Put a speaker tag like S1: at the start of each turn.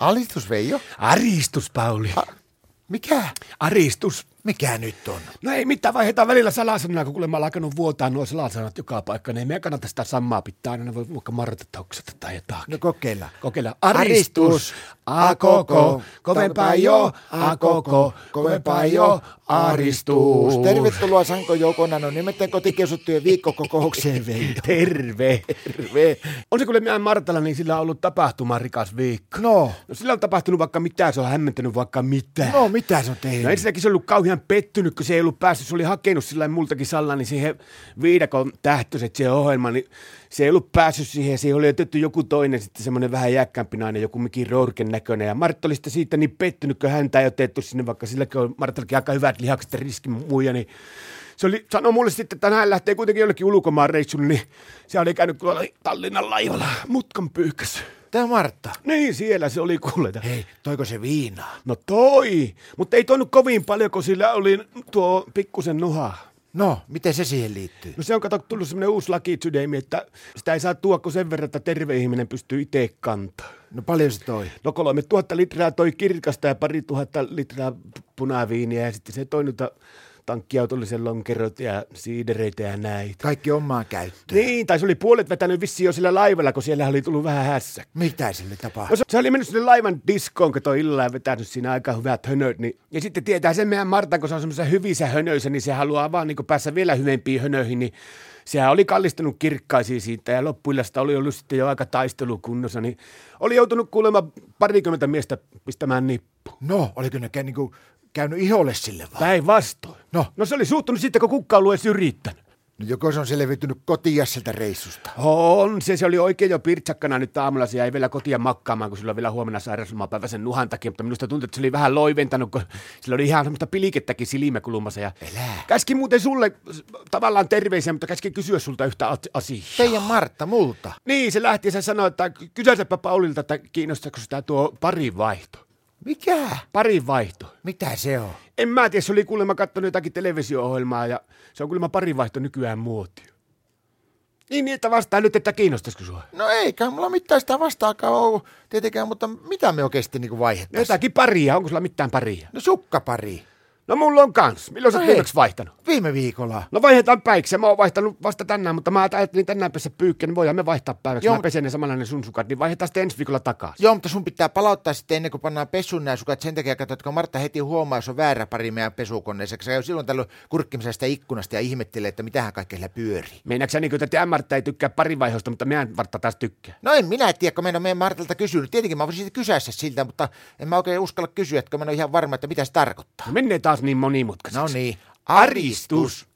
S1: Alistus Veijo?
S2: Aristus, Pauli. A-
S1: Mikä?
S2: Aristus.
S1: Mikä nyt on?
S2: No ei mitään, vaihdetaan välillä salasanaa, kun kuulemma on alkanut vuotaa nuo salasanat joka paikka. Niin ei meidän kannata sitä samaa pitää aina, ne voi vaikka martata tai jotakin.
S1: No kokeilla.
S2: Kokeillaan.
S1: Aristus.
S2: Aristus. A koko. Kovempaa jo. A koko. Kovempaa jo. Aristus.
S1: Tervetuloa Sanko Joukona, no nimetten kotikiusuttujen viikkokokoukseen Veijo.
S2: Terve.
S1: Terve.
S2: On se kyllä meidän Martalla, niin sillä on ollut tapahtuma rikas viikko.
S1: No,
S2: No sillä on tapahtunut vaikka mitään, se on hämmentänyt vaikka mitään.
S1: no mitä se on tehnyt?
S2: No ensinnäkin se oli ollut kauhean pettynyt, kun se ei ollut päässyt, se oli hakenut sillä multakin salla, niin siihen viidakon tähtöiset se ohjelma, niin se ei ollut päässyt siihen, siihen oli jätetty joku toinen sitten semmoinen vähän jäkkämpi nainen, joku Miki Rourken näköinen, ja Martta oli sitten siitä niin pettynyt, kun häntä ei otettu sinne, vaikka silläkin on Marttallakin aika hyvät lihakset ja riskimuja, niin se oli, sanoi mulle sitten, että hän lähtee kuitenkin jollekin ulkomaan reissulle, niin se oli käynyt tuolla Tallinnan laivalla mutkan pyyhkäs.
S1: Tää Martta.
S2: Niin siellä se oli kuuleta.
S1: Hei, toiko se viinaa?
S2: No toi, mutta ei toinut kovin paljon, kun sillä oli tuo pikkusen nuha.
S1: No, miten se siihen liittyy?
S2: No se on kato tullut semmoinen uusi laki sydämi, että sitä ei saa tuokko sen verran, että terve ihminen pystyy itse kantaa.
S1: No paljon se toi.
S2: No kolme tuhatta litraa toi kirkasta ja pari tuhatta litraa p- punaviiniä ja sitten se toi noita tankkiautollisen lonkerot ja siidereitä ja näitä.
S1: Kaikki omaa käyttöön.
S2: Niin, tai se oli puolet vetänyt vissiin jo sillä laivalla, kun siellä oli tullut vähän hässä.
S1: Mitä sille tapahtuu?
S2: No se, se oli mennyt sinne laivan diskoon, kato illalla ja vetänyt siinä aika hyvät hönöt. Niin. Ja sitten tietää sen meidän Martan, kun se on semmoisessa hyvissä hönöissä, niin se haluaa vaan niin päästä vielä hyvempiin hönöihin. Niin sehän oli kallistunut kirkkaisiin siitä ja loppuillasta oli ollut sitten jo aika taistelukunnossa. Niin oli joutunut kuulemma parikymmentä miestä pistämään niin nippuun.
S1: No, oliko ne kä- niinku käynyt iholle sille vaan?
S2: Päinvastoin.
S1: No.
S2: no se oli suuttunut sitten, kun kukka ollut edes yrittänyt.
S1: No, joko se on selviytynyt kotia sieltä reissusta?
S2: On se, se oli oikein jo pirtsakkana nyt aamulla, se jäi vielä kotia makkaamaan, kun sillä on vielä huomenna sairauslomapäivä sen nuhan takia, mutta minusta tuntuu, että se oli vähän loiventanut, kun sillä oli ihan semmoista pilikettäkin silmäkulmassa ja
S1: Elää.
S2: käski muuten sulle s- tavallaan terveisiä, mutta käski kysyä sulta yhtä at- asiaa.
S1: Teidän Martta multa.
S2: Niin, se lähti ja se sanoi, että kysäisepä Paulilta, että kiinnostaako sitä tuo parin vaihto.
S1: Mikä?
S2: Parin vaihto.
S1: Mitä se on?
S2: En mä tiedä, se oli kuulemma kattonut jotakin televisio-ohjelmaa ja se on kuulemma parin vaihto nykyään muotio. Niin, niin, että vastaa nyt, että kiinnostaisiko sua.
S1: No eikä mulla mitään sitä vastaakaan ole tietenkään, mutta mitä me oikeasti niinku
S2: No
S1: vaihdettaisiin?
S2: jotakin paria, onko sulla mitään paria?
S1: No sukkapari.
S2: No mulla on kans. Milloin sä
S1: No
S2: oot
S1: hei.
S2: viimeksi vaihtanut?
S1: Viime viikolla.
S2: No vaihdetaan päiksi. Mä oon vaihtanut vasta tänään, mutta mä ajattelin tänään pesä pyykkä, niin voidaan me vaihtaa päiväksi.
S1: Joo.
S2: Joo. Mä pesen ne samalla ne sun sukat, niin vaihdetaan sitten ensi viikolla takaisin.
S1: Joo, mutta sun pitää palauttaa sitten ennen kuin pannaan pesun nämä sukat sen takia, katsot, kun Martta heti huomaa, jos on väärä pari meidän pesukoneessa. Se käy silloin tällöin kurkkimassa sitä ikkunasta ja ihmettelee, että mitähän kaikkea siellä pyörii.
S2: Meinaatko sä niin kuin, että Martta ei tykkää parivaihosta, mutta meidän Martta taas tykkää?
S1: No en minä tiedä, kun mä en ole meidän Martalta kysynyt. Tietenkin mä voisin siitä kysyä se siltä, mutta en mä oikein uskalla kysyä, että kun mä en ole ihan varma, että mitä se tarkoittaa.
S2: No menee taas niin monimutkaiseksi.
S1: No niin.
S2: Aristus.